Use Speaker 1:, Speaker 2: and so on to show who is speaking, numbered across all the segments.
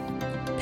Speaker 1: แถ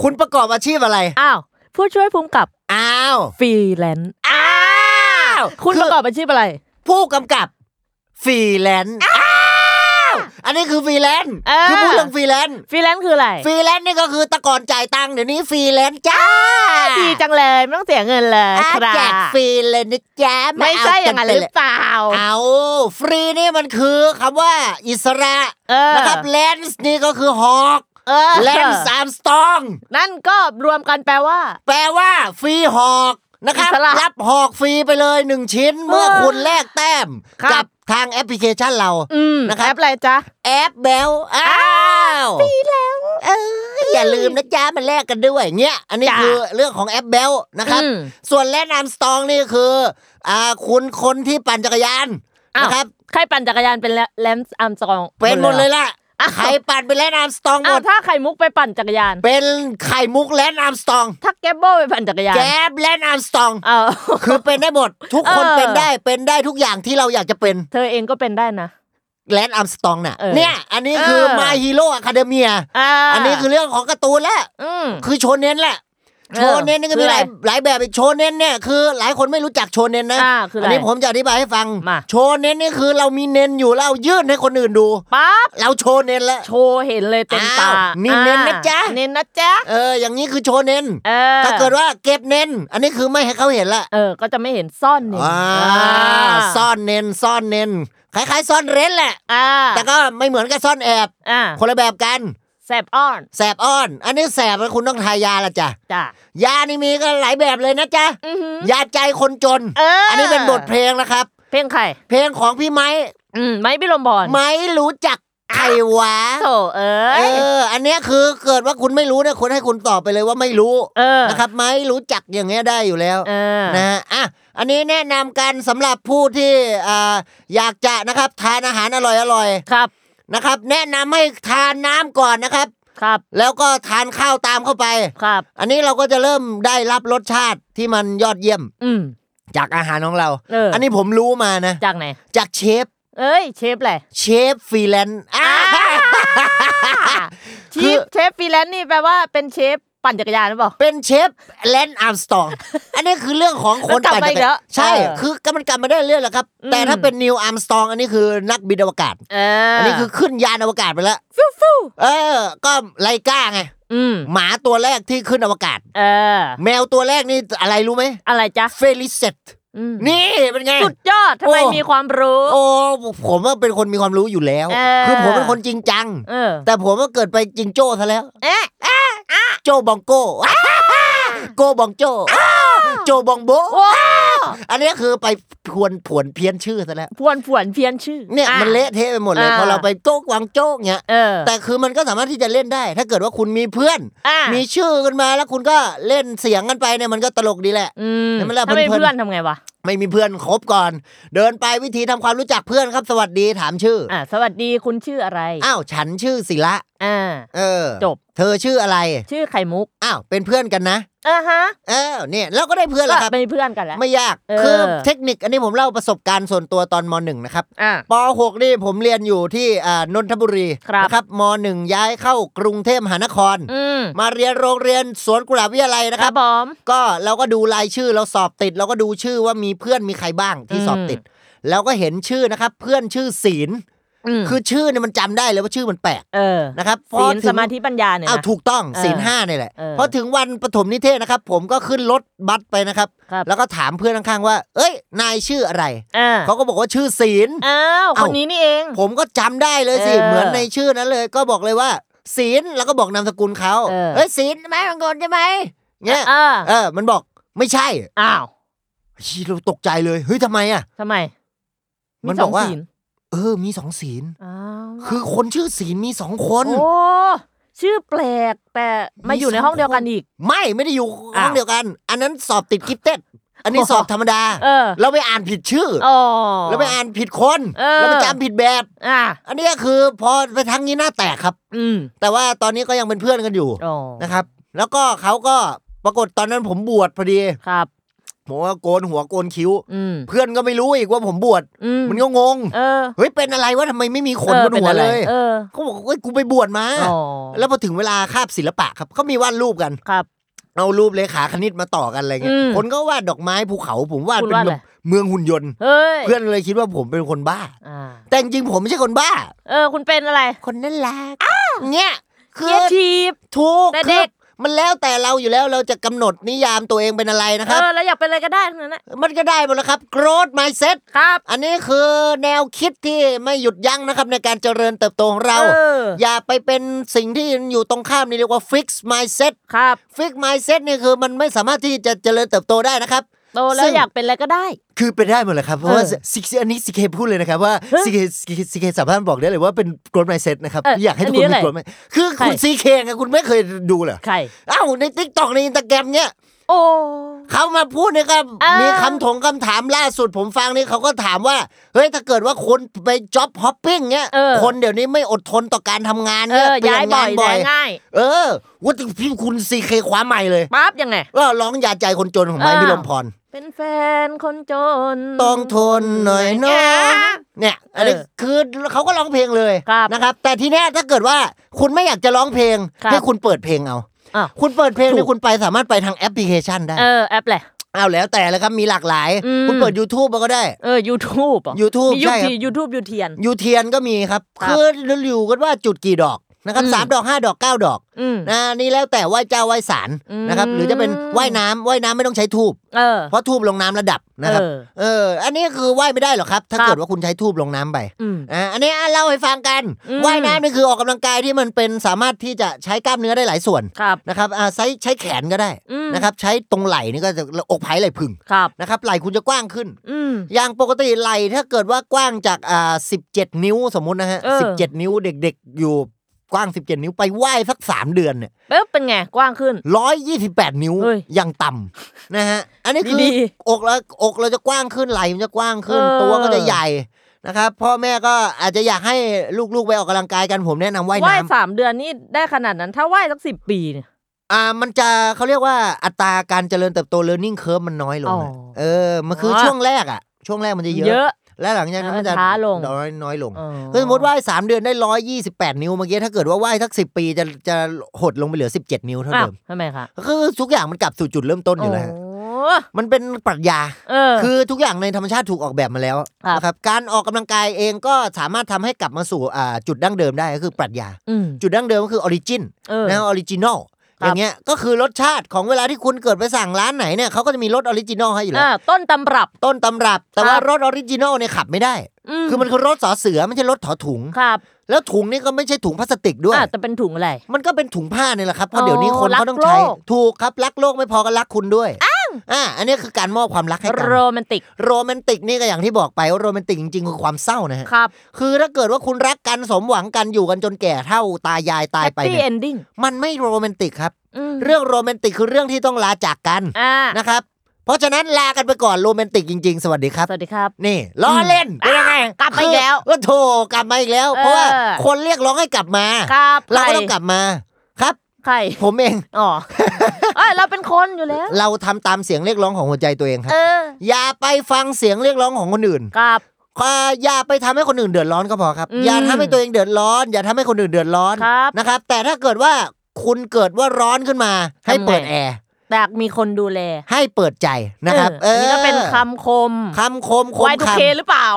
Speaker 2: คุณประกอบอาชีพอะไร
Speaker 3: อ้าว ผู้ช่วยภูมิกับ
Speaker 2: อ้าว
Speaker 3: ฟรีแลนซ์
Speaker 2: อ้าว
Speaker 3: คุณประกอบอาชีพอะไร
Speaker 2: ผู้กำกับฟรีแลนซ์อ้าวอันนี้คือฟรีแลนซ์
Speaker 3: เออ
Speaker 2: คือพูดเรื่องฟรีแลนซ์
Speaker 3: ฟรีแลนซ์คืออะไร
Speaker 2: ฟรีแลนซ์นี่ก็คือแตะก่อนจ่ายตังค์เดี๋ยวนี้ฟรีแลนซ์จ้า
Speaker 3: ดีจังเลยไม่ต้องเสียเงินเลย
Speaker 2: อา
Speaker 3: ครับ
Speaker 2: แจกฟรีเลยนะจ๊ะา
Speaker 3: ไม่ใช่อย่างนั้น
Speaker 2: เกั
Speaker 3: ห
Speaker 2: ป
Speaker 3: รือเปล่า
Speaker 2: เอาฟรีนี่มันคือคำว่าอิสระ
Speaker 3: เออ
Speaker 2: นะครับแลนซ์นี่ก็คือฮอก
Speaker 3: เออ
Speaker 2: แลนซ์สามสตอง
Speaker 3: นั่นก็รวมกันแปลว่า
Speaker 2: แปลว่าฟรีหอกนะครับ
Speaker 3: อิสระ
Speaker 2: รับหอกฟรีไปเลยหนึ่งชิ้น เมื่อคุณแลกแต้ม
Speaker 3: ครับ
Speaker 2: กัทางแอปพลิเคชันเรา
Speaker 3: อืม
Speaker 2: นะค
Speaker 3: แอ
Speaker 2: รับ
Speaker 3: ปอะไรจ๊ะ
Speaker 2: แอปแบลอ้าวฟรีแล้วเอออย่าลืมนะจ๊ะมันแลกกันด้วยเงี้ยอันนี้
Speaker 3: จ้ะ
Speaker 2: คือเรื่องของแอปแบลนะครับ
Speaker 3: อืม
Speaker 2: ส่วนแลนด์อาร์มสตองนี่คืออ่าคุณคนที่ปั่นจักรยาน
Speaker 3: อ้าว
Speaker 2: นะครับ
Speaker 3: ใครปั่นจักรยานเป็นแลนซ์อัมสอง
Speaker 2: เป็นหมดเลยล่ะ
Speaker 3: อ้าว
Speaker 2: ใครปั่นเป็นแลนด์อาร์มสตองหม
Speaker 3: อ้าว
Speaker 2: ด
Speaker 3: ถ้าไข่มุกไปปั่นจักรยาน
Speaker 2: เป็นไข่มุกแลนด์อาร์มสตอง
Speaker 3: ถ้าแกบโบไปปั่นจักรยาน
Speaker 2: แก๊บแลนด์อาร์มสตอง
Speaker 3: เออ
Speaker 2: คือเป็นได้หมดทุกคน
Speaker 3: เออ
Speaker 2: เป็นได้เป็นได้ทุกอย่างที่เราอยากจะเป็น
Speaker 3: เธอเองก็เป็นได้นะ
Speaker 2: แลนด์อัมสตองน่ะ
Speaker 3: เออ
Speaker 2: เนี่ย อันนี้คือ
Speaker 3: เออ
Speaker 2: My Hero Academia
Speaker 3: อา
Speaker 2: อันนี้คือเรื่องของการ์ตูนแล้ว
Speaker 3: อืม
Speaker 2: คือโชเน้นแหละ
Speaker 3: เออ
Speaker 2: โชเน้นนี่ก็มี
Speaker 3: คือ
Speaker 2: ห
Speaker 3: อะไร
Speaker 2: ลายหลายแบบอีกโชเน้นเนี่ยคือหลายคนไม่รู้จักโชเน้นนะ
Speaker 3: อ่าคืออะไร
Speaker 2: นนี้ผมจะอธิบายให้ฟัง
Speaker 3: มา
Speaker 2: โชเน้นนี่คือเรามีเน้นอยู่แล้วเรายื่นให้คนอื่นดู
Speaker 3: ปั๊บ
Speaker 2: เราโชเน้นแล้ว
Speaker 3: โชว์เห็นเลยเต็ม
Speaker 2: อ้า
Speaker 3: ตา
Speaker 2: วนี่เน้นนะจ๊ะ
Speaker 3: อ่าเน้นนะจ๊ะ
Speaker 2: เอออย่างนี้คือโชเน้น
Speaker 3: เออ
Speaker 2: ถ้าเกิดว่าเก็บเน้น อันนี้คือไม่ให้เขาเห็นละ
Speaker 3: เออ ก็จะไม่เห็นซ่อนนี่
Speaker 2: อ่าซ่อนเน้นซ่อนเน้นคล้ายๆ ซ่อนเร้นแหละ
Speaker 3: อ่า
Speaker 2: แต่ก็ไม่เหมือนกับซ่อนแอบ
Speaker 3: อ่า
Speaker 2: คนละแบบกัน
Speaker 3: แสบอ้อน
Speaker 2: แสบอ้อน อันนี้แสบแล้วคุณต้องทายาละจ้ะ
Speaker 3: จ้ะ
Speaker 2: ยานี่มีก็หลายแบบเลยนะจ๊ะ
Speaker 3: อือหือ
Speaker 2: ยาใจคนจน
Speaker 3: เอออั
Speaker 2: นนี้เป็นบทเพลงนะครับ
Speaker 3: เพลงใคร
Speaker 2: เพลงของพี่ไม้
Speaker 3: อืมไม่พี่ลมบอล
Speaker 2: ไม้รู้จักไขวะ
Speaker 3: โถเอ้
Speaker 2: เอย อ อันเนี้ยคือเกิดว่าคุณไม่รู้เนี่ยคุณให้คุณตอบไปเลยว่าไม่รู้
Speaker 3: เออ
Speaker 2: นะครับไม้รู้จักอย่างเงี้ยได้อยู่แล้ว
Speaker 3: เออ
Speaker 2: นะฮะอ่ะอันนี้แนะนำกันสำหรับผู้ที่อ่าอยากจะนะครับทานอาหารอร่อยๆ
Speaker 3: ครับ
Speaker 2: นะครับ แนะนำให้ทานน้ำก่อนนะครับ
Speaker 3: ครับ
Speaker 2: แล้วก็ทานข้าวตามเข้าไป
Speaker 3: ครับ
Speaker 2: อันนี้เราก็จะเริ่มได้รับรสชาติที่มันยอดเยี่ยม
Speaker 3: อืม
Speaker 2: จากอาหารของเรา
Speaker 3: เอออั
Speaker 2: นนี้ผมรู้มานะ
Speaker 3: จากไหน
Speaker 2: จากเชฟ
Speaker 3: เอ้ย เชฟแหละ
Speaker 2: เชฟฟรีแลนซ์อ่า
Speaker 3: เช
Speaker 2: คือ
Speaker 3: ฟเชฟฟรีแลนซ์นี่แปลว่าเป็นเชฟปั่นจักรยานหรือเปล่า
Speaker 2: เป็นเชฟแลนด์อาร์มสตอง อันนี้คือเรื่องของคน
Speaker 3: มันกลับมาอีกแล้ว
Speaker 2: ใช่
Speaker 3: เออ
Speaker 2: คือก็มันกลับมาได้เรื่อยแหละครับ
Speaker 3: อืม
Speaker 2: แต่ถ้าเป็นนิวอาร์มสตอง อันนี้คือนักบินอวกาศ
Speaker 3: เออ
Speaker 2: อั
Speaker 3: อั
Speaker 2: นนี้คือขึ้นยานอวกาศไปแล้ว
Speaker 3: ฟิวฟิว
Speaker 2: เออ ก็ไลกาไง
Speaker 3: อืม
Speaker 2: หมาตัวแรกที่ขึ้นอวกาศ
Speaker 3: เออ
Speaker 2: แมวตัวแรกนี่อะไรรู้ไหม
Speaker 3: อะไรจ๊ะ
Speaker 2: เฟลิเซต
Speaker 3: อืม
Speaker 2: นี่เป็นไง
Speaker 3: สุดยอดทำไม
Speaker 2: โอ้
Speaker 3: มีความรู้
Speaker 2: โอ้ผมว่าเป็นคนมีความรู้อยู่แล้ว
Speaker 3: เออ
Speaker 2: คือผมเป็นคนจริงจัง
Speaker 3: เออ
Speaker 2: แต่ผมว่าเกิดไปจริงโจ้ซะแล้ว
Speaker 3: เอ๊ะ
Speaker 2: โจบองโก้โกบองโจโจบองโบอันนี้คือไปพวนผวนเพี้ยนชื่อซะแล้ว
Speaker 3: พวนผวนเพี้ยนชื่อ
Speaker 2: เนี่ย
Speaker 3: อ่
Speaker 2: มันเละเทะไปหมดเลย
Speaker 3: อ่า
Speaker 2: พอเราไปโก้กวางโจ้เงี้ย
Speaker 3: เออ
Speaker 2: แต่คือมันก็สามารถที่จะเล่นได้ ถ้าเกิดว่าคุณมีเพื่อน
Speaker 3: อ่ามี
Speaker 2: มีชื่อกันมาแล้วคุณก็เล่นเสียงกันไปเนี่ยมันก็ตลกดีแหละ
Speaker 3: อืม
Speaker 2: แล้วมันเล่า
Speaker 3: ถ้าไม่มี
Speaker 2: เพลินๆ
Speaker 3: เพื่อนทำไงวะ
Speaker 2: ไม่มีเพื่อนคบก่อน เดินไปวิธีทำความรู้จักเพื่อนครับ สวัสดีถามชื่ออ
Speaker 3: อ่าสวัสดีคุณชื่ออะไร
Speaker 2: อ้าวฉันชื่อศิละ
Speaker 3: อ่า
Speaker 2: เออ
Speaker 3: จบ
Speaker 2: เธอชื่ออะไร
Speaker 3: ชื่อไข่มุก
Speaker 2: อ้าว เป็นเพื่อนกันนะ
Speaker 3: อ่าฮะ
Speaker 2: เออ เนี่ยเราก็ได้เพื่อน
Speaker 3: ก็
Speaker 2: แล้วครับ
Speaker 3: เป็นเพื่อนกันแล้ว
Speaker 2: ไม่ยาก
Speaker 3: เออ
Speaker 2: คือเทคนิคอันนี้ผมเล่าประสบการณ์ส่วนตัวตอนมหนึ่งนะครับ
Speaker 3: อ่า
Speaker 2: ป .6 นี่ผมเรียนอยู่ที่อ่านนทบุรี
Speaker 3: ครับ
Speaker 2: นะครับมหนึ่งย้ายเข้ากรุงเทพมหานคร
Speaker 3: อืม
Speaker 2: มาเรียนโรงเรียนสวนกุหลาบวิทยาลัยนะ
Speaker 3: ค
Speaker 2: ค
Speaker 3: รั
Speaker 2: รั
Speaker 3: บบ ผม
Speaker 2: ก็เราก็ดูรายชื่อเราสอบติด เราก็ดูชื่อว่ามีเพื่อนมีใครบ้างที่
Speaker 3: อืม
Speaker 2: สอบติด แล้วก็เห็นชื่อนะครับ เพื่อนชื่อศีล
Speaker 3: อืม
Speaker 2: คือชื่อเนี่ยมันจำได้เลยว่าชื่อมันแปลก
Speaker 3: เออ
Speaker 2: นะครับพอ
Speaker 3: ศีล
Speaker 2: ถึง
Speaker 3: สมาธิปัญญาเนี่ย
Speaker 2: อ้าว
Speaker 3: นะ
Speaker 2: ถูกต้อง
Speaker 3: เออ
Speaker 2: ศีลห้าเนี่ยแหละ
Speaker 3: เออ
Speaker 2: พอถึงวันปฐมนิเทศนะครับ ผมก็ขึ้นรถบัสไปนะครับ
Speaker 3: ครับ
Speaker 2: แล้วก็ถามเพื่อนข้างๆว่า เอ้ย นายชื่ออะไร
Speaker 3: อ่า
Speaker 2: เขาก็บอกว่าชื่อศีล
Speaker 3: อ้าวค
Speaker 2: เอ้า
Speaker 3: นนี้นี่เอง
Speaker 2: ผมก็จำได้เลยสิ
Speaker 3: เออ
Speaker 2: เหมือนในชื่อนั้นเลย ก็บอกเลยว่า ศีลแล้วก็บอกนามสกุลเขา
Speaker 3: เออ
Speaker 2: เอ้ยศีลไม้บางคนใช่ไหมเงี้ย
Speaker 3: เออ
Speaker 2: เออ มันบอกไม่ใช่
Speaker 3: อ้าว
Speaker 2: ชี้เราตกใจเลยเฮ้ยทำไมอ่ะ
Speaker 3: ทำไม
Speaker 2: มันบ
Speaker 3: สง
Speaker 2: อกว่า
Speaker 3: ศีล
Speaker 2: เออ มีสองศีล
Speaker 3: อ้าว
Speaker 2: คือคนชื่อศีลมีสองคน
Speaker 3: โอ้ชื่อแปลกแต่มาอยู่ในห้องเดียวกันอีก
Speaker 2: ไม่ไม่ได้อยู่ห้
Speaker 3: อ้า
Speaker 2: อ
Speaker 3: ว
Speaker 2: งเดียวกัน อันนั้นสอบติดกิฟเต็ดอันนี้
Speaker 3: โอ้โห
Speaker 2: สอบธรรมดา
Speaker 3: เออ
Speaker 2: เราไปอ่านผิดชื่ออ
Speaker 3: อ๋อ
Speaker 2: เราไปอ่านผิดคน
Speaker 3: เออ
Speaker 2: เราไปจำผิดแบบ
Speaker 3: อ่ะ
Speaker 2: อันเนี้ยคือพอไปทั้งนี้หน้าแตกครับ
Speaker 3: อืม
Speaker 2: แต่ว่าตอนนี้ก็ยังเป็นเพื่อนกันอยู่
Speaker 3: อ๋อ
Speaker 2: นะครับแล้วก็เขาก็ปรากฏตอนนั้นผมบวชพอดี
Speaker 3: ครับ
Speaker 2: ผมก็โกนหัวโกนคิ้ว
Speaker 3: อืม
Speaker 2: เพื่อนก็ไม่รู้อีกว่าผมบวช
Speaker 3: อืม
Speaker 2: มันก็งง
Speaker 3: เออ
Speaker 2: เฮ้ยเป็นอะไรวะทำไมไม่มีขน
Speaker 3: อบ อน ป็
Speaker 2: หัว
Speaker 3: อะไร
Speaker 2: เลย
Speaker 3: เออ
Speaker 2: เขาบอกว่ากูไปบวชมา
Speaker 3: อ๋อ
Speaker 2: แล้วพอถึงเวลาคาบศิลปะครับเขามีวาดรูปกัน
Speaker 3: ครับ
Speaker 2: เอารูปเลขาคณิตมาต่อกันอะไรเงี้ย
Speaker 3: อืม
Speaker 2: คนก็วาดดอกไม้ภูเขา ผมวาด
Speaker 3: คุณ
Speaker 2: เป็น
Speaker 3: วาดอะไร
Speaker 2: เมืองหุ่นยนต์
Speaker 3: เฮ้ย
Speaker 2: เพื่อนเลยคิดว่าผมเป็นคนบ้า
Speaker 3: อ่า
Speaker 2: แต่จริงๆผมไม่ใช่คนบ้า
Speaker 3: เออ คุณเป็นอะไร
Speaker 2: คนน่ารักเนี่ยคื
Speaker 3: เกี
Speaker 2: อ
Speaker 3: ยร์ทีบ
Speaker 2: ถูก
Speaker 3: แต่
Speaker 2: คื
Speaker 3: เด็
Speaker 2: อก มันแล้วแต่เราอยู่แล้วเราจะกำหนดนิยามตัวเองเป็นอะไรนะค
Speaker 3: เอ
Speaker 2: รับ
Speaker 3: อแล้วอยากเป็นอะไรก็ได้ทั้งนั้นนะ
Speaker 2: มันก็ได้หมดแล้วครับ growth mindset
Speaker 3: ครับ
Speaker 2: อันนี้คือแนวคิดที่ไม่หยุดยั้งนะครับในการเจริญเติบโตของเรา
Speaker 3: เออ
Speaker 2: อย่าไปเป็นสิ่งที่อยู่ตรงข้ามนี่เรียกว่า fix mindset
Speaker 3: ครับ
Speaker 2: fix mindset นี่คือมันไม่สามารถที่จะเจริญเติบโตได้นะครับ
Speaker 3: โตแล้
Speaker 2: ซึ่
Speaker 3: ว
Speaker 2: ง
Speaker 3: อยากเป็นอะไรก็ได้
Speaker 2: คือเป็นได้หมดเลยครับเพราะว่า
Speaker 3: เออ
Speaker 2: สิอันนี้สิเคพูดเลยนะครับว่า
Speaker 3: ฮะ
Speaker 2: สิเคสิเคสามารถบอกได้เลยว่าเป็น growth mindset นะครับ
Speaker 3: เออ
Speaker 2: อยากให้ทุก
Speaker 3: อันนี้
Speaker 2: คน
Speaker 3: อะไร
Speaker 2: มี growth mindset คือคุณ
Speaker 3: ใช่
Speaker 2: สิเคไงคุณไม่เคยดูเหรอ
Speaker 3: ใคร
Speaker 2: เอ้าในทิกตอกในอินตาแกรมเนี่ย
Speaker 3: โอ้
Speaker 2: เขามาพูดเนี่ยก็
Speaker 3: เออ
Speaker 2: มีคำถงคำถามล่าสุดผมฟังนี่เขาก็ถามว่า เฮ้ยถ้าเกิดว่าคนไปจ็อบฮอปปิ้งเนี่ย
Speaker 3: เออ
Speaker 2: คนเดี๋ยวนี้ไม่อดทนต่อการทำงาน
Speaker 3: เอ
Speaker 2: เนี่ย
Speaker 3: อ
Speaker 2: เปลี่
Speaker 3: ย้ายบ่อยย้ายง่าย
Speaker 2: เออว่าแต่พี่คุณซีเคคว้าใหม่เลย
Speaker 3: ปั๊บยังไง
Speaker 2: ว่าร้องยาใจคนจนของไม้
Speaker 3: เออ
Speaker 2: พิรมพร
Speaker 3: เป็นแฟนคนจน
Speaker 2: ต้องทนหน่อยนะ เนี่ยอันนี้
Speaker 3: เออ
Speaker 2: คือเขาก็ร้องเพลงเลย
Speaker 3: ครับ
Speaker 2: นะครับ แต่ทีเนี้ยถ้าเกิดว่าคุณไม่อยากจะร้องเพลง
Speaker 3: ครับ
Speaker 2: ให้คุณเปิดเพลงเอา
Speaker 3: อ้าว
Speaker 2: คุณเปิดเพลงเนี่ยคุณไปสามารถไปทางแอปพลิเคชันได้
Speaker 3: เออแอปแหละ
Speaker 2: เอาแล้วแต่แล้วครับมีหลากหลาย
Speaker 3: อืม
Speaker 2: คุณเปิด YouTube มาก็ได้
Speaker 3: เออ YouTube เหรอ
Speaker 2: YouTube
Speaker 3: มี
Speaker 2: ใช่ครับ
Speaker 3: ยูทูบยูเทียน
Speaker 2: ยูเทียนก็มีครับ
Speaker 3: ครับ
Speaker 2: คืออยู่กันว่าจุดกี่ดอกนะครับ
Speaker 3: อืม
Speaker 2: สามดอกห้าดอกเก้าดอก
Speaker 3: อืม
Speaker 2: นะนี่แล้วแต่ไหว้เจ้าไหว้สาร
Speaker 3: อืม
Speaker 2: นะครับ หรือจะเป็นไหว้น้ำไหว้น้ำไม่ต้องใช้ทูบ
Speaker 3: เออ
Speaker 2: เพราะทูบลงน้ำระดับนะครับ
Speaker 3: เออ
Speaker 2: เออ อันนี้คือไหว้ไม่ได้หรอกครับ ถ้า
Speaker 3: ครับ
Speaker 2: เกิดว่าคุณใช้ทูบลงน้ำไป
Speaker 3: อืม
Speaker 2: อ่าอันนี้อ่ะเล่าให้ฟังกัน
Speaker 3: อืม
Speaker 2: ว่ายน้ำนี่คือออกกำลังกายที่มันเป็นสามารถที่จะใช้กล้ามเนื้อได้หลายส่วน
Speaker 3: ครับ
Speaker 2: นะครับอ่าใช้ใช้แขนก็ได้
Speaker 3: อืม
Speaker 2: นะครับ ใช้ตรงไหล่นี่ก็จะอกไผ่ไหล่พึง
Speaker 3: ครับ
Speaker 2: นะครับไหล่คุณจะกว้างขึ้น
Speaker 3: อืม
Speaker 2: อย่างปกติไหลถ้าเกิดว่ากว้างจากอ่าสิบเจ็ดนิ้วสมมุตินะฮะ
Speaker 3: เออ
Speaker 2: สิบเจ็ดนิ้วเด็กๆ อยู่กว้าง 17 นิ้วไปไหว้สัก 3 เดือนเนี่ย
Speaker 3: แล้วเป็นไงกว้างขึ้น
Speaker 2: ร้อยยี่สิบแปดนิ้ว
Speaker 3: เฮ้ย
Speaker 2: ยังต่ำ นะฮะ อันนี้คือ
Speaker 3: ดี
Speaker 2: อกแล้วอกเราจะกว้างขึ้นไหลมันจะกว้างขึ้น
Speaker 3: เออ
Speaker 2: ตัวก็จะใหญ่นะครับพ่อแม่ก็อาจจะอยากให้ลูกๆไปออกกำลังกายกันผมแนะนำว่าย
Speaker 3: ว่าย
Speaker 2: น้ำ
Speaker 3: สามเดือนนี่ได้ขนาดนั้นถ้าว่ายสักสิบปีเนี่ย
Speaker 2: อ่ามันจะเขาเรียกว่าอัตราการเจริญเติบโต learning curve มันน้อยลงอะ
Speaker 3: อ๋อ
Speaker 2: เออมันคือ
Speaker 3: อ
Speaker 2: ช่วงแรกอะช่วงแรกมันจะเย
Speaker 3: เย
Speaker 2: อะ
Speaker 3: อะ
Speaker 2: และหลังจากนั้นมันจะ
Speaker 3: ช้าลง
Speaker 2: น้อยน้อยลง
Speaker 3: เออ
Speaker 2: คือสมมติว่ายสามเดือนได้ร้อยยี่สิบแปดนิ้วเมื่อกี้ถ้าเกิดว่าว่ายสักสิบปีจะจะหดลงไปเหลือสิบเจ็ดนิ้วเท่า
Speaker 3: อ้าว
Speaker 2: เดิม
Speaker 3: ทำไมคะ
Speaker 2: คือทุกอย่างมันกลับสู่จุดเริ่มต้นอยู่แล้วฮะ
Speaker 3: โ
Speaker 2: มันเป็นปรัชญา
Speaker 3: เออ
Speaker 2: คือทุกอย่างในธรรมชาติถูกออกแบบมาแล้ว
Speaker 3: ครับ
Speaker 2: นะครับการออกกำลังกายเองก็สามารถทำให้กลับมาสู่อ่าจุดดั้งเดิมได้ก็คือปรัชญา
Speaker 3: อืม
Speaker 2: จุดดั้งเดิมก็คือออริจิน
Speaker 3: เออ
Speaker 2: นะออริจินอล
Speaker 3: ค
Speaker 2: อบ
Speaker 3: รั
Speaker 2: ย่างเงี้ยก็คือรสชาติของเวลาที่คุณเกิดไปสั่งร้านไหนเนี่ยเขาก็จะมีรสออริจินอลให้อยู่แล้
Speaker 3: อ่าวต้นตำรับ
Speaker 2: ต้นตำรับ แต่
Speaker 3: ครับ
Speaker 2: ว่ารสออริจินอลเนี่ยขับไม่ได้ คือมันคือรถสอเสือไม่ใช่รถถอถุง
Speaker 3: ครับ
Speaker 2: แล้วถุงนี่ก็ไม่ใช่ถุงพลาสติกด้วย
Speaker 3: อ่าแต่เป็นถุงอะไร
Speaker 2: มันก็เป็นถุงผ้าเนี่ยแหละครับเพ
Speaker 3: อ๋
Speaker 2: ราะ
Speaker 3: อ
Speaker 2: เดี๋ยวนี้คนเขาต้อง
Speaker 3: รั
Speaker 2: ใช้
Speaker 3: กโลก
Speaker 2: ถูกครับรักโลกไม่พอก็รักคุณด้วยอ้าวอ่าอันนี้คือการมอบความรักให้กัน
Speaker 3: โรแมนติก
Speaker 2: โรแมนติกนี่ก็อย่างที่บอกไปว่าโรแมนติกจริงๆคือความเศร้านะฮะ
Speaker 3: ครับ
Speaker 2: คือถ้าเกิดว่าคุณรักกันสมหวังกันอยู่กันจนแก่เท่าตายายตาย
Speaker 3: แฮป
Speaker 2: ไป
Speaker 3: ปี้
Speaker 2: เนี่ย
Speaker 3: เอนดิ้ง
Speaker 2: มันไม่โรแมนติกครับ เรื่องโรแมนติกคือเรื่องที่ต้องลาจากกัน
Speaker 3: อ่า
Speaker 2: นะครับ เพราะฉะนั้นลากันไปก่อนโรแมนติกจริง ๆ สวัสดีครับ
Speaker 3: สวัสดีครับ
Speaker 2: นี่ล้อเล่น
Speaker 3: อืม
Speaker 2: เป็นยังไง
Speaker 3: กลับมาอีกแล้ว
Speaker 2: คือว่าโถกลับมาอีกแล้ว
Speaker 3: เออ
Speaker 2: เพราะว่าคนเรียกร้องให้กลับมา
Speaker 3: ครับ
Speaker 2: เราก็ต้อง
Speaker 3: ใค
Speaker 2: กลับมาครับ
Speaker 3: ใคร
Speaker 2: ผมเอง
Speaker 3: อ๋อ เอ้ยเราเป็นคนอยู่แล้ว
Speaker 2: เราทำตามเสียงเรียกร้องของหัวใจตัวเองครั
Speaker 3: เอบ อ
Speaker 2: อย่าไปฟังเสียงเรียกร้องของคนอื่น
Speaker 3: ครับ
Speaker 2: อ่าอย่าไปทำให้คนอื่นเดือดร้อนก็พอครับ
Speaker 3: อืม
Speaker 2: อย่าทำให้ตัวเองเดือดร้อน อย่าทำให้คนอื่นเดือดร้อน
Speaker 3: ครับ
Speaker 2: นะครับ แต่ถ้าเกิดว่าคุณเกิดว่าร้อนขึ้นมา ให้
Speaker 3: ทำไง
Speaker 2: เปิดแอร์
Speaker 3: แต่มีคนดูแล
Speaker 2: ให้เปิดใจนะครับ
Speaker 3: เอออันนี้ก็เป็นคำคม
Speaker 2: คำคมคม
Speaker 3: ไวทูเค
Speaker 2: คำ
Speaker 3: หรือเปล่า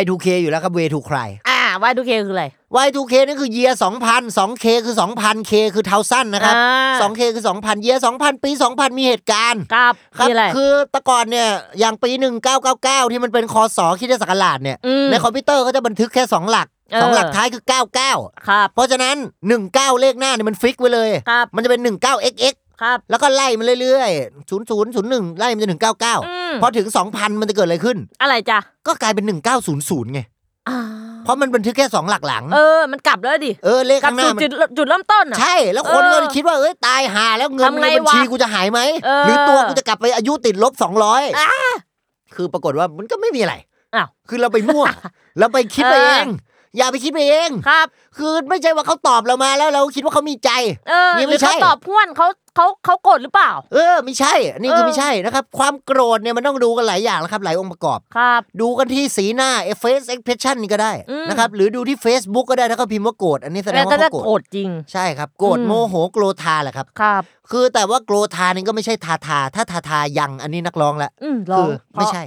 Speaker 2: Y2K อยู่แล้วครับ Way to Cry
Speaker 3: อ่า ว่าดูเคคืออะไร
Speaker 2: Y2K นี่คือเยียร์2,000 2K คือ2,000 K คือเทาสั้นนะครับ
Speaker 3: อ่า
Speaker 2: 2K คือ2,000 เยียร์2,000 ปี 2,000 มีเหตุการณ์
Speaker 3: กับ
Speaker 2: ครับ
Speaker 3: มีอะไร
Speaker 2: คือแต่ก่อนเนี่ยอย่างปี 1999 ที่มันเป็นคอสอคิดศักราชเนี่ย
Speaker 3: อืม
Speaker 2: ในคอมพิวเตอร์เขาจะบันทึกแค่ 2 หลัก
Speaker 3: เออ
Speaker 2: 2 หลักท้ายคือ 99
Speaker 3: ครับ
Speaker 2: เพราะฉะนั้น 19 เลขหน้าเนี่ยมันฟิกไว้เลย
Speaker 3: ครับ
Speaker 2: มันจะเป็น 19xx
Speaker 3: ครับ
Speaker 2: แล้วก็ไล่มันเรื่อยๆ 0001 ไล่มันจะถึง
Speaker 3: อื
Speaker 2: 99
Speaker 3: ม
Speaker 2: พอถึง 2,000 มันจะเกิดอะไรขึ้น
Speaker 3: อะไรจ้ะ
Speaker 2: ก็กลายเป็น 1900 ไง
Speaker 3: อ่า
Speaker 2: เพราะมันบันทึกแค่ 2 หลักหลัง
Speaker 3: เออ มันกลับแล้วดิ
Speaker 2: เออเลข
Speaker 3: กลับ
Speaker 2: ข้างหน้า
Speaker 3: สู่
Speaker 2: มัน
Speaker 3: จุดจุดเริ่มต้นอ่ะ
Speaker 2: ใช่แล้วคนก็
Speaker 3: เออ
Speaker 2: คิดว่าเอ้ยตายหาแล้วเงิน
Speaker 3: ทำไง
Speaker 2: ในบัญชี
Speaker 3: วะ
Speaker 2: กูจะหายไหม
Speaker 3: เอ
Speaker 2: ห
Speaker 3: อ
Speaker 2: รือตัวกูจะกลับไปอายุติดลบสองร้อย
Speaker 3: อ่า
Speaker 2: คือปรากฏว่ามันก็ไม่มีอะไร
Speaker 3: อ้าว
Speaker 2: คือเราไปมั่ว เราไปคิดไป
Speaker 3: เออ
Speaker 2: เองอย่าไปคิดไปเอง
Speaker 3: ครับ
Speaker 2: คือไม่ใช่ว่าเขาตอบเรามาแล้วเราคิดว่าเขามีใจ
Speaker 3: เออ
Speaker 2: นี่
Speaker 3: ห
Speaker 2: ไม่
Speaker 3: รือ
Speaker 2: ใช่
Speaker 3: เขาตอบพ่วนเขาเขาเขาโกรธหรือเปล่า
Speaker 2: เออไม่ใช่อันนี่คือ
Speaker 3: เออ
Speaker 2: ไม่ใช่นะครับ ความโกรธเนี่ยมันต้องดูกันหลายอย่างนะครับ หลายองค์ประกอบ
Speaker 3: ครับ
Speaker 2: ดูกันที่สีหน้า face expression นี่ก็ได้
Speaker 3: อืม
Speaker 2: นะครับหรือดูที่ Facebook ก็ได้ถ้าเขาพิมพ์ว่าโกรธอันนี้แสด
Speaker 3: แล้
Speaker 2: ง
Speaker 3: ว
Speaker 2: ว่า
Speaker 3: ก็จะ
Speaker 2: เขาโกร
Speaker 3: โกร
Speaker 2: ธ
Speaker 3: ธจริง
Speaker 2: ใช่ครับโกรธ
Speaker 3: อืม
Speaker 2: โมโหโกรธาแหละครับ
Speaker 3: ครับ
Speaker 2: คือแต่ว่าโกรธานี่ก็ไม่ใช่ทาทา ถ้าทาทายังอันนี้นักร้องละ
Speaker 3: อืมลอ
Speaker 2: คื
Speaker 3: ง
Speaker 2: ไม่ใช่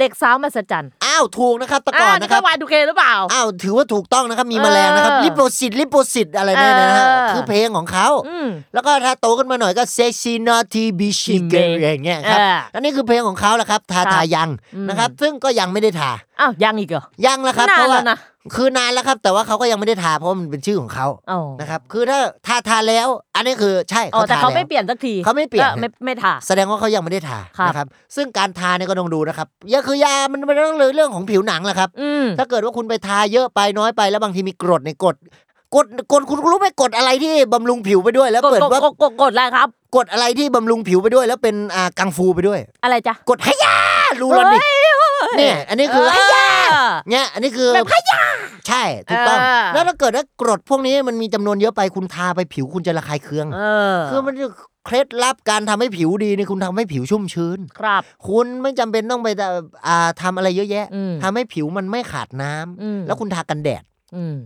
Speaker 3: เด็กสาวมาสจัน
Speaker 2: อ้าวถูกนะครับแตะก่
Speaker 3: อ้า
Speaker 2: อ
Speaker 3: วน นี่
Speaker 2: นะค
Speaker 3: ก็
Speaker 2: รับ
Speaker 3: วายดูเคหรือเปล่า
Speaker 2: อ้าวถือว่าถูกต้องนะครับมีแมลงนะครับ
Speaker 3: เออ
Speaker 2: ลิโปซิตลิโปซิตอะไรเนี่ยนะฮะ
Speaker 3: เออ
Speaker 2: คือเพลงของเขา
Speaker 3: อืม
Speaker 2: แล้วก็ถ้าโตขึ้นมาหน่อยก็เซชินาทีบิชิเกะ
Speaker 3: Shime
Speaker 2: อย่างเงี้ย
Speaker 3: เอ
Speaker 2: ครับ
Speaker 3: อ
Speaker 2: อันนี้คือเพลงของเขาแหละครับ ทา
Speaker 3: ครับ
Speaker 2: ทายัง
Speaker 3: อืม
Speaker 2: นะครับ ซึ่งก็ยังไม่ได้ทา
Speaker 3: อ้าวยังอีกเหรอ
Speaker 2: ยังละครับ
Speaker 3: นา
Speaker 2: เพ
Speaker 3: นแล้ว
Speaker 2: ราะ่าว
Speaker 3: นะ
Speaker 2: คือนานแล้วครับ แต่ว่าเขาก็ยังไม่ได้ทาเพราะมันเป็นชื่อของเขา
Speaker 3: อ๋อ
Speaker 2: นะครับคือถ้าทาทาแล้ว อันนี้คือใช่
Speaker 3: อ๋อแต่เขา
Speaker 2: ท
Speaker 3: ไม่
Speaker 2: ล้ว
Speaker 3: เปลี่ยนสักที
Speaker 2: เขาไม่เปลี่ยน
Speaker 3: ออไม่ไม่ถ่า
Speaker 2: แสดงว่าเขายังไม่ได้ทา
Speaker 3: ครับ
Speaker 2: นะครับ ซึ่งการทาเนี่ยก็ต้องดูนะครับยาคือยา มันเป็นเรื่องเรื่องของผิวหนังแหละครับ
Speaker 3: อืม
Speaker 2: ถ้าเกิดว่าคุณไปทาเยอะไปน้อยไปแล้วบางทีมีกรดในกรดกรดกรดคุณรู้ไหมกรดอะไรที่บำรุงผิวไปด้วย แล้ว
Speaker 3: กด
Speaker 2: เปิด
Speaker 3: กด
Speaker 2: ว่าก
Speaker 3: ดกดกดอะไรครับ
Speaker 2: กรดอะไรที่บำรุงผิวไปด้วย แล้วเป็นอ่ากังฟูไปด้วย
Speaker 3: อะไรจ้ะ
Speaker 2: กรดฮยารูรอนิกเนี่ยอันนี้คือ
Speaker 3: เ
Speaker 2: ฮ ยาเนี่ยอันนี้คือ
Speaker 3: แบบฮยา
Speaker 2: ใช่ถูกต้อง
Speaker 3: เออ
Speaker 2: แล้วถ้าเกิดว่ากรดพวกนี้มันมีจำนวนเยอะไปคุณทาไปผิวคุณจะระคายเคือง
Speaker 3: เออ
Speaker 2: คือมันคือเคล็ดลับการทำให้ผิวดีเนี่ยคุณทำให้ผิวชุ่มชื้น
Speaker 3: ครับ
Speaker 2: คุณไม่จำเป็นต้องไปแต่อ่าทำอะไรเยอะแยะ
Speaker 3: อืม
Speaker 2: ทำให้ผิวมันไม่ขาดน้ำ
Speaker 3: อืม
Speaker 2: แล้วคุณทากันแดด
Speaker 3: อืม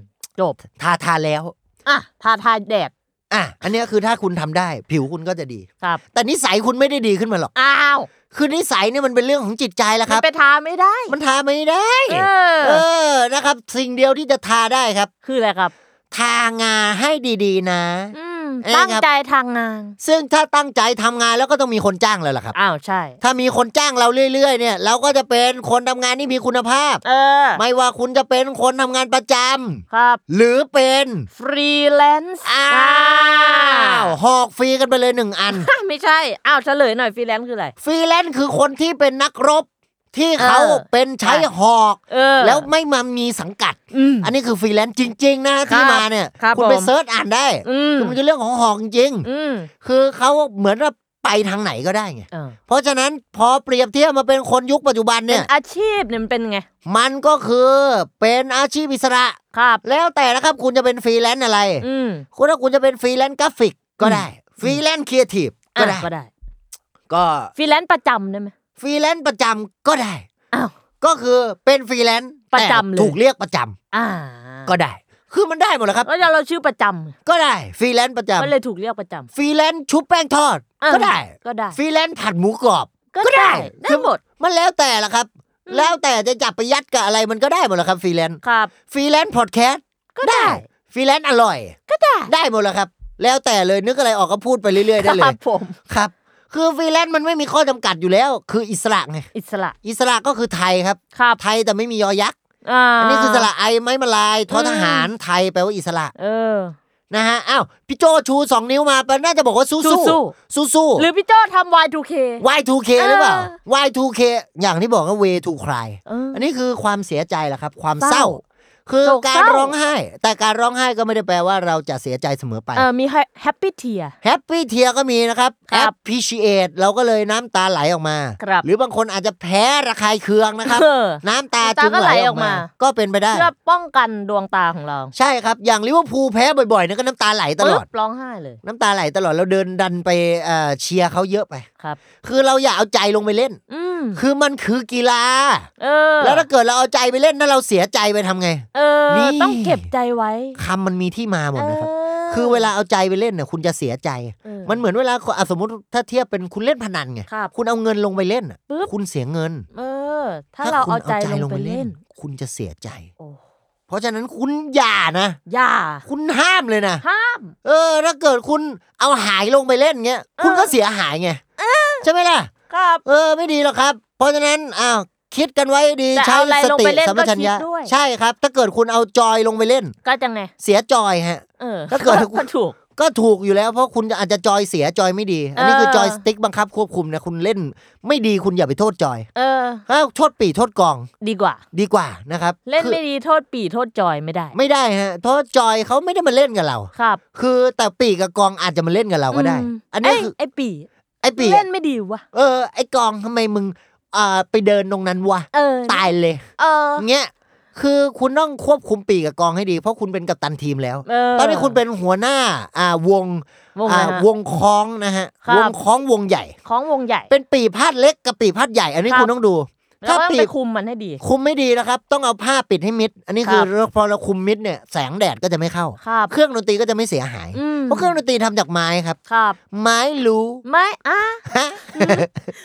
Speaker 3: จบ
Speaker 2: ทาทาแล้ว
Speaker 3: อ่ะทาทาแดด
Speaker 2: อ่ะอันเนี้ยคือถ้าคุณทำได้ ผิวคุณก็จะดี
Speaker 3: ครับ
Speaker 2: แต่นิสัยคุณไม่ได้ดีขึ้นมาหรอก
Speaker 3: อ้าว
Speaker 2: คือนิสัยเนี่ยมันเป็นเรื่องของจิตใจแล้วค
Speaker 3: มั
Speaker 2: รั
Speaker 3: น
Speaker 2: บ
Speaker 3: ไปทาไม่ได้
Speaker 2: มันทาไม่ได้
Speaker 3: เออ
Speaker 2: เออนะครับ สิ่งเดียวที่จะทาได้ครับ
Speaker 3: คืออะไรครับ
Speaker 2: ทางานให้ดีๆนะ
Speaker 3: อืม
Speaker 2: เอ้ยครับ
Speaker 3: ตั้งใจทางงาน
Speaker 2: ซึ่งถ้าตั้งใจทำงานแล้วก็ต้องมีคนจ้างแล้วล่ะครับ
Speaker 3: อ้าวใช่
Speaker 2: ถ้ามีคนจ้างเราเรื่อยๆเนี่ยเราก็จะเป็นคนทำงานที่มีคุณภาพ
Speaker 3: เออ
Speaker 2: ไม่ว่าคุณจะเป็นคนทำงานประจำ
Speaker 3: ครับ
Speaker 2: หรือเป็น
Speaker 3: ฟรีแลนซ์
Speaker 2: อ้าวหอกฟรีกันไปเลยหนึ่งอัน
Speaker 3: อ้าว ไม่ใช่อ้าวเฉลยหน่อยฟรีแลนซ์คืออะไร
Speaker 2: ฟรีแลนซ์คือคนที่เป็นนักรบ ที่เขา
Speaker 3: เออ
Speaker 2: เป็นใช้หอก
Speaker 3: เออ
Speaker 2: แล้วไม่มามีสังกัด
Speaker 3: อืม
Speaker 2: อันนี้คือฟรีแลนซ์จริง ๆ นะที่มาเนี่ย
Speaker 3: ครับ
Speaker 2: ณไป
Speaker 3: ผม
Speaker 2: เซิร์ชอ่านได้
Speaker 3: อืม
Speaker 2: คือมันคือเรื่องของหอกจริงๆ
Speaker 3: อืม
Speaker 2: คือเขาเหมือนว่าไปทางไหนก็ได้ไง
Speaker 3: เออ
Speaker 2: เพราะฉะนั้นพอเปรียบเทียบมาเป็นคนยุคปัจจุบัน
Speaker 3: เป็
Speaker 2: เนี่
Speaker 3: น
Speaker 2: ย
Speaker 3: อาชีพเนี่ยมันเป็นไง
Speaker 2: มันก็คือเป็นอาชีพอิสระ
Speaker 3: ครับ
Speaker 2: แล้วแต่นะครับคุณจะเป็นฟรีแลนซ์อะไร
Speaker 3: อืม
Speaker 2: คุณถ้าคุณจะเป็นฟรีแลนซ์กราฟิกก็ได้ฟรีแลนซ์ครีเอทีฟก็
Speaker 3: อ่ะ
Speaker 2: ได้
Speaker 3: ก็ได้
Speaker 2: ก็
Speaker 3: ฟรีแลนซ์ประจำได้ไหม
Speaker 2: ฟรีแลนซ์ประจำก็ได้
Speaker 3: อ้าว
Speaker 2: ก็คือเป็นฟรีแลนซ์
Speaker 3: ประจำเลย
Speaker 2: แต่ถูกเรียกประจำ
Speaker 3: อ่า
Speaker 2: ก็ได้ คือมันได้หมดแล้วครับ
Speaker 3: ก็เราชื่อประจำ
Speaker 2: ก็ได้ฟรีแลนซ์ประจำ
Speaker 3: ก็เลยถูกเรียกประจำ
Speaker 2: ฟรีแลนซ์ชุบแป้งทอด
Speaker 3: อ่ะ
Speaker 2: ก็ได้
Speaker 3: ก็ได้
Speaker 2: ฟรีแลนซ์ผัดหมูกรอบ
Speaker 3: ก็ได้ได้
Speaker 2: คือ
Speaker 3: หมด
Speaker 2: มันแล้วแต่ละครับ แล้วแต่จะจับไปยัดกับอะไรมันก็ได้หมดแล้วครับฟรีแลนซ์
Speaker 3: ครับ
Speaker 2: ฟรีแลนซ์พอดแคสต์
Speaker 3: ก็ได้
Speaker 2: ฟรีแลนซ์อร่อย
Speaker 3: ก็ได้
Speaker 2: ได้หมดแล้วครับ แล้วแต่เลยนึกอะไรออกก็พูดไปเรื่อยๆได้เล
Speaker 3: ครั
Speaker 2: ย
Speaker 3: บผม
Speaker 2: ครับ คือฟรีแลนซ์มันไม่มีข้อจำกัดอยู่แล้ว คืออิสระไง
Speaker 3: อิสระ
Speaker 2: อิสระก็คือไทยครับ
Speaker 3: ครับ
Speaker 2: ไทยแต่ไม่มียอยักษ์
Speaker 3: อ่า
Speaker 2: อันนี้คือสระไอไม้มาลายทอทหารไทยแปลว่าอิสระ
Speaker 3: เออ
Speaker 2: นะฮะ อ้าว พี่โจชู 2 นิ้วมาปน่าจะบอกว่าสู้สู้
Speaker 3: สู้
Speaker 2: สู้สู้
Speaker 3: หรือพี่โจทำ Y2K
Speaker 2: Y2K หรือเปล่า Y2K อย่างที่บอกว่า way to cry
Speaker 3: เออ
Speaker 2: อันนี้คือความเสียใจแหละครับ ความ
Speaker 3: เศ
Speaker 2: เศ
Speaker 3: ร้า
Speaker 2: ร้า คือ
Speaker 3: โศก
Speaker 2: กา
Speaker 3: เศ
Speaker 2: ร
Speaker 3: ร้า
Speaker 2: ร้องไห้ แต่การร้องไห้ก็ไม่ได้แปลว่าเราจะเสียใจเสมอไป
Speaker 3: เออมีแฮปปี้เทีย
Speaker 2: แฮปปี้เทียก็มีนะครับ
Speaker 3: ครับ
Speaker 2: appreciate เราก็เลยน้ำตาไหลออกมา
Speaker 3: ครับ
Speaker 2: หรือบางคนอาจจะแพ้ระคายเคืองนะครับ
Speaker 3: เออ
Speaker 2: น้ำตาจึงไหลออกมา
Speaker 3: น้ำตาก็ไหลออกมา
Speaker 2: ก็เป็นไปได้
Speaker 3: เพื่อป้องกันดวงตาของเรา
Speaker 2: ใช่ครับ อย่างลิเวอร์พูลแพ้บ่อยๆเนี่ยก็น้ำตาไหลตลอด
Speaker 3: ปึ๊บร้องไห้เลย
Speaker 2: น้ำตาไหลตลอดเราเดินดันไปเอ่อเชียร์เขาเยอะไป
Speaker 3: ครับ
Speaker 2: คือเราอย่าเอาใจลงไปเล่น
Speaker 3: อืม
Speaker 2: คือมันคือกีฬา
Speaker 3: เออ
Speaker 2: แล้วถ้าเกิดเราเอาใจไปเล่นถ้าเราเสียใจไปทำไง
Speaker 3: เออ
Speaker 2: นี่
Speaker 3: ต้องเก็บใจไว้
Speaker 2: คำมันมีที่มาหมดนะครับ
Speaker 3: เ
Speaker 2: คือเวลาเอาใจไปเล่นเนี่ยคุณจะเสียใจ
Speaker 3: เออ
Speaker 2: มันเหมือนเวลาอ่ะสมมติถ้าเทียบเป็นคุณเล่นพนันไง
Speaker 3: ครับ
Speaker 2: คุณเอาเงินลงไปเล่นน่ะ
Speaker 3: ปึ๊บ
Speaker 2: คุณเสียเงิน
Speaker 3: เออ ถ้าเราเอาใจลงไปเล่น
Speaker 2: คุณจะเสียใจ
Speaker 3: โอ้
Speaker 2: เพราะฉะนั้นคุณอย่านะ
Speaker 3: อย่า
Speaker 2: คุณห้ามเลยนะ
Speaker 3: ห้าม
Speaker 2: เออ ถ้าเกิดคุณเอาหายลงไปเล่นเงี้ย คุณก็เสียหายไงใช่ไหมล่ะ
Speaker 3: ครับ
Speaker 2: เออไม่ดีหรอกครับ เพราะฉะนั้นอ้าวคิดกันไว้ให้ดี
Speaker 3: แต่
Speaker 2: ใช้
Speaker 3: เอาอะไร
Speaker 2: ส
Speaker 3: ลง
Speaker 2: ติ
Speaker 3: ไปเล่น
Speaker 2: สัมปชัญญะ
Speaker 3: ก็คิดด้วย
Speaker 2: ใช่ครับ ถ้าเกิดคุณเอาจอยลงไปเล่น
Speaker 3: ก็จังไง
Speaker 2: เสียจอยฮะ
Speaker 3: เออ
Speaker 2: ถ้าเกิด
Speaker 3: ก็ถูก
Speaker 2: ก็ถูกอยู่แล้วเพราะคุณอาจจะจอยเสียจอยไม่ดี อันนี้คือ
Speaker 3: เออ
Speaker 2: จอยสติ๊กบังคับควบคุมนะคุณเล่น ไม่ดีคุณอย่าไปโทษจอย
Speaker 3: เออ
Speaker 2: ถ้าโทษปีโทษกอง
Speaker 3: ดีกว่า
Speaker 2: ดีกว่านะครับ
Speaker 3: เล่น
Speaker 2: คือ
Speaker 3: ไม่ดีโทษปีโทษจอยไม่ได้
Speaker 2: ไม่ได้ฮะเพราะจอยเขาไม่ได้มาเล่นกับเรา
Speaker 3: ครับ
Speaker 2: คือแต่ปีกับกองอาจจะมาเล่นกับเราก็ได้
Speaker 3: ม
Speaker 2: อันนี้คือ
Speaker 3: ไไอ้ปี
Speaker 2: ไอ้ปี
Speaker 3: เล่นไม่ดีวะ
Speaker 2: เออไอ้กองทำไมมึงอ่าไปเดินตรงนั้นวะ
Speaker 3: เออ
Speaker 2: ตายเลย
Speaker 3: เออ
Speaker 2: เงี้ยคือคุณต้องควบคุมปีกกับกองให้ดี เพราะคุณเป็นกัปตันทีมแล้ว
Speaker 3: เออ
Speaker 2: ตอนนี้คุณเป็นหัวหน้าอ่าวง
Speaker 3: วง
Speaker 2: อ่า
Speaker 3: อะไรฮะ
Speaker 2: วงคล้องนะฮะ
Speaker 3: ครับ
Speaker 2: วงคล้องวงใหญ่
Speaker 3: ของวงใหญ่
Speaker 2: เป็นปีพาดเล็กกับปีพาดใหญ่ อันนี้
Speaker 3: ครับ
Speaker 2: คุณต้องดู
Speaker 3: ถ้า
Speaker 2: ถ้า
Speaker 3: ปี
Speaker 2: ปี
Speaker 3: ไป
Speaker 2: ก
Speaker 3: คุมมันให้ดี
Speaker 2: คุมไม่ดีนะครับ ต้องเอาผ้าปิดให้มิด อันนี้คือ
Speaker 3: ครับ
Speaker 2: เราพอเราคุมมิดเนี่ยแสงแดดก็จะไม่เข้า
Speaker 3: ครับ
Speaker 2: เครื่องดนตรีก็จะไม่เสียหาย
Speaker 3: อืม
Speaker 2: เพราะเครื่องดนตรีทำจากไม้ครับ
Speaker 3: ครับ
Speaker 2: ไม้รู้
Speaker 3: ไม้อ่ะ
Speaker 2: ฮะ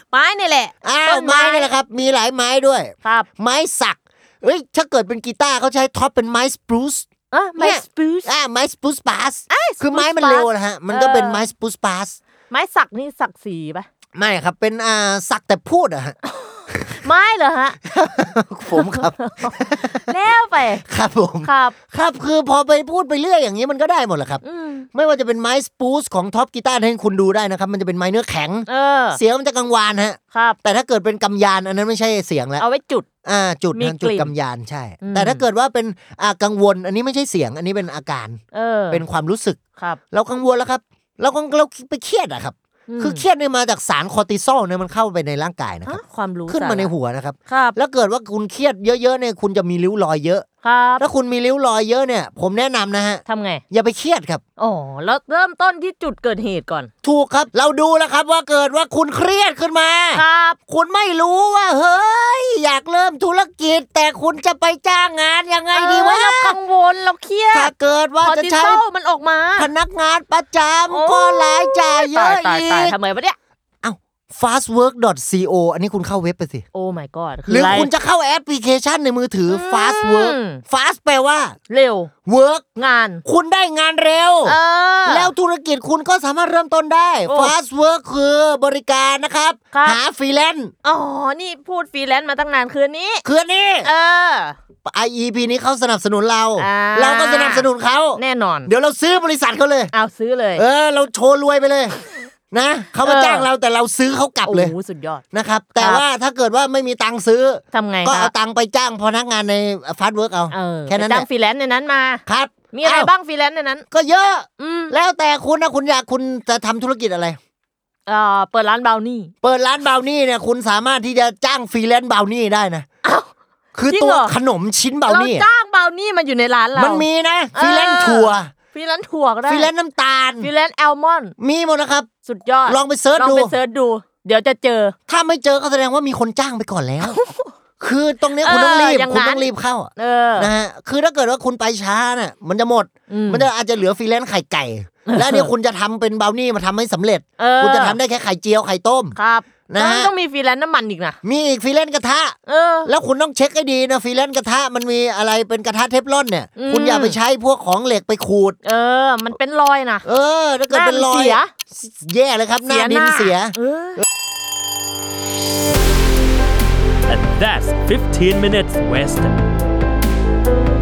Speaker 3: ไม้นี่แหละ
Speaker 2: อ้า
Speaker 3: ต้
Speaker 2: วนไม้นี่แหละครับ มีหลายไม้ด้วย
Speaker 3: ครับ
Speaker 2: ไม้สักเอ้ยถ้าเกิดเป็นกีตาร์เขาใช้ท็อปเป็นไม้สปรูซ
Speaker 3: อ่ะไม้
Speaker 2: เนี่ย
Speaker 3: สปรูซ
Speaker 2: อ่าไม้สปูสปาส
Speaker 3: อ่ะ
Speaker 2: คือ
Speaker 3: spruce
Speaker 2: ไม้มัน
Speaker 3: bus
Speaker 2: เร็วนะฮะ มันก็เป็น
Speaker 3: เออ
Speaker 2: ไม้สปูสปาส
Speaker 3: ไม้สักนี่สักสีปะ
Speaker 2: ไม่ครับ เป็นอ่าสักแต่พูดอะฮะ
Speaker 3: ไม้เหรอฮะ
Speaker 2: ผมครับ
Speaker 3: แล้วไป
Speaker 2: ครับผม
Speaker 3: ครับ
Speaker 2: ครับคือพอไปพูดไปเรื่อยอย่างนี้มันก็ได้หมดแหละครับ
Speaker 3: อืม
Speaker 2: ไม่ว่าจะเป็นไม้สปูสของท็อปกีตาร์ที่คุณดูได้นะครับ มันจะเป็นไม้เนื้อแข็ง
Speaker 3: เออ
Speaker 2: เสียงมันจะกังวานฮะ
Speaker 3: ครับ
Speaker 2: แต่ถ้าเกิดเป็นกำยานอันนั้นไม่ใช่เสียงแล้ว
Speaker 3: เอาไว้จุด
Speaker 2: อ่าจุด
Speaker 3: มี
Speaker 2: ทางจุด
Speaker 3: กลิ่น
Speaker 2: กำยานใช่
Speaker 3: อืม
Speaker 2: แต่ถ้าเกิดว่าเป็นอ่ากังวลอันนี้ไม่ใช่เสียง อันนี้เป็นอาการ
Speaker 3: เออ
Speaker 2: เป็นความรู้สึก
Speaker 3: ครับ
Speaker 2: เรากังวลแล้วครับ เราก็เราไปเครียดอะครับ
Speaker 3: ม
Speaker 2: คือเครียดเนี่ยมาจากสารคอร์ติซอลเนี่ยมันเข้าไปในร่างกายนะค
Speaker 3: ฮะ
Speaker 2: รับ
Speaker 3: ความรู้
Speaker 2: ขึ้นมาใน
Speaker 3: สระ
Speaker 2: หัวนะครับ
Speaker 3: ครับ
Speaker 2: แล้วเกิดว่าคุณเครียดเยอะๆเนี่ยคุณจะมีริ้วรอยเยอะ
Speaker 3: ครับ
Speaker 2: ถ้าคุณมีริ้วรอยเยอะเนี่ย ผมแนะนำนะฮะ
Speaker 3: ทำไง
Speaker 2: อย่าไปเครียดครับ
Speaker 3: อ๋อแล้วเริ่มต้นที่จุดเกิดเหตุก่อน
Speaker 2: ถูกครับเราดูแล้วครับว่าเกิดว่าคุณเครียดขึ้นมา
Speaker 3: ครับ
Speaker 2: คุณไม่รู้ว่าเฮ้ยอยากเริ่มธุรกิจ แต่คุณจะไปจ้างงานยังไงดีวะ
Speaker 3: เออเรากังวลเราเครีย
Speaker 2: ถ้า
Speaker 3: ด
Speaker 2: เกิด
Speaker 3: ค
Speaker 2: ว่า
Speaker 3: อร์
Speaker 2: จะ
Speaker 3: ติ
Speaker 2: ใช้
Speaker 3: ซอลมันออกมา
Speaker 2: พนักงานประจ
Speaker 3: โอ้
Speaker 2: ำก็รายจ่ายเยอะ
Speaker 3: ตาย
Speaker 2: อี
Speaker 3: ตา
Speaker 2: ก
Speaker 3: ยตายทำไงวะเนี่ย
Speaker 2: fastwork.co อันนี้คุณเข้าเว็บไปสิ
Speaker 3: โอ้ my god
Speaker 2: หรือ
Speaker 3: ไ
Speaker 2: คุณจะเข้าแอปพลิเคชันในมือถืออ
Speaker 3: ม
Speaker 2: fast work fast แปลว่า
Speaker 3: เร็ว
Speaker 2: work
Speaker 3: งาน
Speaker 2: คุณได้งานเร็ว
Speaker 3: เออ
Speaker 2: แล้วธุรกิจคุณก็สามารถเริ่มต้นได้
Speaker 3: โอ้
Speaker 2: fast work คือบริการนะครับ
Speaker 3: ครับ
Speaker 2: หาฟรีแลนซ์
Speaker 3: อ๋อ นี่พูดฟรีแลนซ์มาตั้งนานคืนนี้
Speaker 2: คืออนนี้
Speaker 3: เออ
Speaker 2: IEP นี้เขาสนับสนุนเรา
Speaker 3: อ่า
Speaker 2: เราก็สนับสนุนเขา
Speaker 3: แน่นอน
Speaker 2: เดี๋ยวเราซื้อบริษัทเขาเลย
Speaker 3: เอาซื้อเลย
Speaker 2: เออ เราโชว์รวยไปเลย นะเขามา
Speaker 3: เออ
Speaker 2: จ้างเราแต่เราซื้อเขากลับ
Speaker 3: โอ้
Speaker 2: เลย
Speaker 3: โหสุดยอด
Speaker 2: นะครับ แต่
Speaker 3: ครับ
Speaker 2: ว่าถ้าเกิดว่าไม่มีตังค์ซื้อ
Speaker 3: ทำไง
Speaker 2: ก็
Speaker 3: ค
Speaker 2: เอา
Speaker 3: รับ
Speaker 2: ตังค์ไปจ้างพนักงานใน fast work เอา
Speaker 3: เออ
Speaker 2: แค่นั้น
Speaker 3: ไป
Speaker 2: แห
Speaker 3: จ้าง
Speaker 2: ละ
Speaker 3: ฟรีแลนซ์ในนั้นมา
Speaker 2: ครับ
Speaker 3: มีอะไร
Speaker 2: อ้าว
Speaker 3: บ้างฟรีแลนซ์ในนั้น
Speaker 2: ก็เยอะ
Speaker 3: อืม
Speaker 2: แล้วแต่คุณนะคุณอยากคุณจะทำธุรกิจอะไร
Speaker 3: เอ่อเปิดร้านบราวนี่
Speaker 2: เปิดร้านบราวนี่เนี่ยคุณสามารถที่จะจ้างฟรีแลนซ์บราวนี่ได้นะคือ
Speaker 3: จริง
Speaker 2: ตัว
Speaker 3: เหรอ
Speaker 2: ขนมชิ้นบราว
Speaker 3: เรา
Speaker 2: นี่
Speaker 3: จ้างบราวนี่มาอยู่ในร้านเรา
Speaker 2: มันมีนะ
Speaker 3: เออ
Speaker 2: ฟรีแลนซ์ถั่ว
Speaker 3: ฟรีแลนซ์ถั่วก็ได้
Speaker 2: ฟรีแลนซ์น้ำตาล
Speaker 3: ฟรีแลนซ์แอลมอนด์
Speaker 2: มีหมดนะครับ
Speaker 3: สุดยอด
Speaker 2: ลองไปเซิร์ช
Speaker 3: ลอง
Speaker 2: ดู
Speaker 3: ไปเสิร์ชดู เดี๋ยวจะเจอ
Speaker 2: ถ้าไม่เจอก็แสดงว่ามีคนจ้างไปก่อนแล้ว คือตรงเนี้ยคุณ
Speaker 3: เออ
Speaker 2: ต้องรีบ
Speaker 3: อย่าง
Speaker 2: คุณ
Speaker 3: นั้น
Speaker 2: ต้องรีบเข้าอะ
Speaker 3: เออ
Speaker 2: นะฮะคือถ้าเกิดว่าคุณไปช้าน่ะมันจะหมด
Speaker 3: อืม
Speaker 2: มันจะอาจจะเหลือฟรีแลนซ์ไข่ไก่ แล้วเนี่ยคุณจะทำเป็นบราวนี่มาทำให้สำเร็จ
Speaker 3: เออ
Speaker 2: คุณจะทำได้แค่ไข่เจียวไข่ต้ม
Speaker 3: ครับ
Speaker 2: นะฮะ
Speaker 3: แล้วมันต้องมีฟรีแลนซ์น้ำมันอีกนะ
Speaker 2: มีอีกฟรีแลนซ์กระทะ
Speaker 3: เออ
Speaker 2: แล้วคุณต้องเช็คให้ดีนะฟรีแลนซ์กระทะมันมีอะไรเป็นกระทะเทฟลอนเนี่ย
Speaker 3: อืม
Speaker 2: คุณอย่าไปใช้พวกของเหล็กไปขูด
Speaker 3: เออ มันเป็นรอยนะ
Speaker 2: เออถ้าเกิดเป็นรอย
Speaker 3: หน้ามันเสีย
Speaker 2: แย่เลยครับ หน้าดินเสีย
Speaker 3: เออ
Speaker 1: and that's 15 minutes west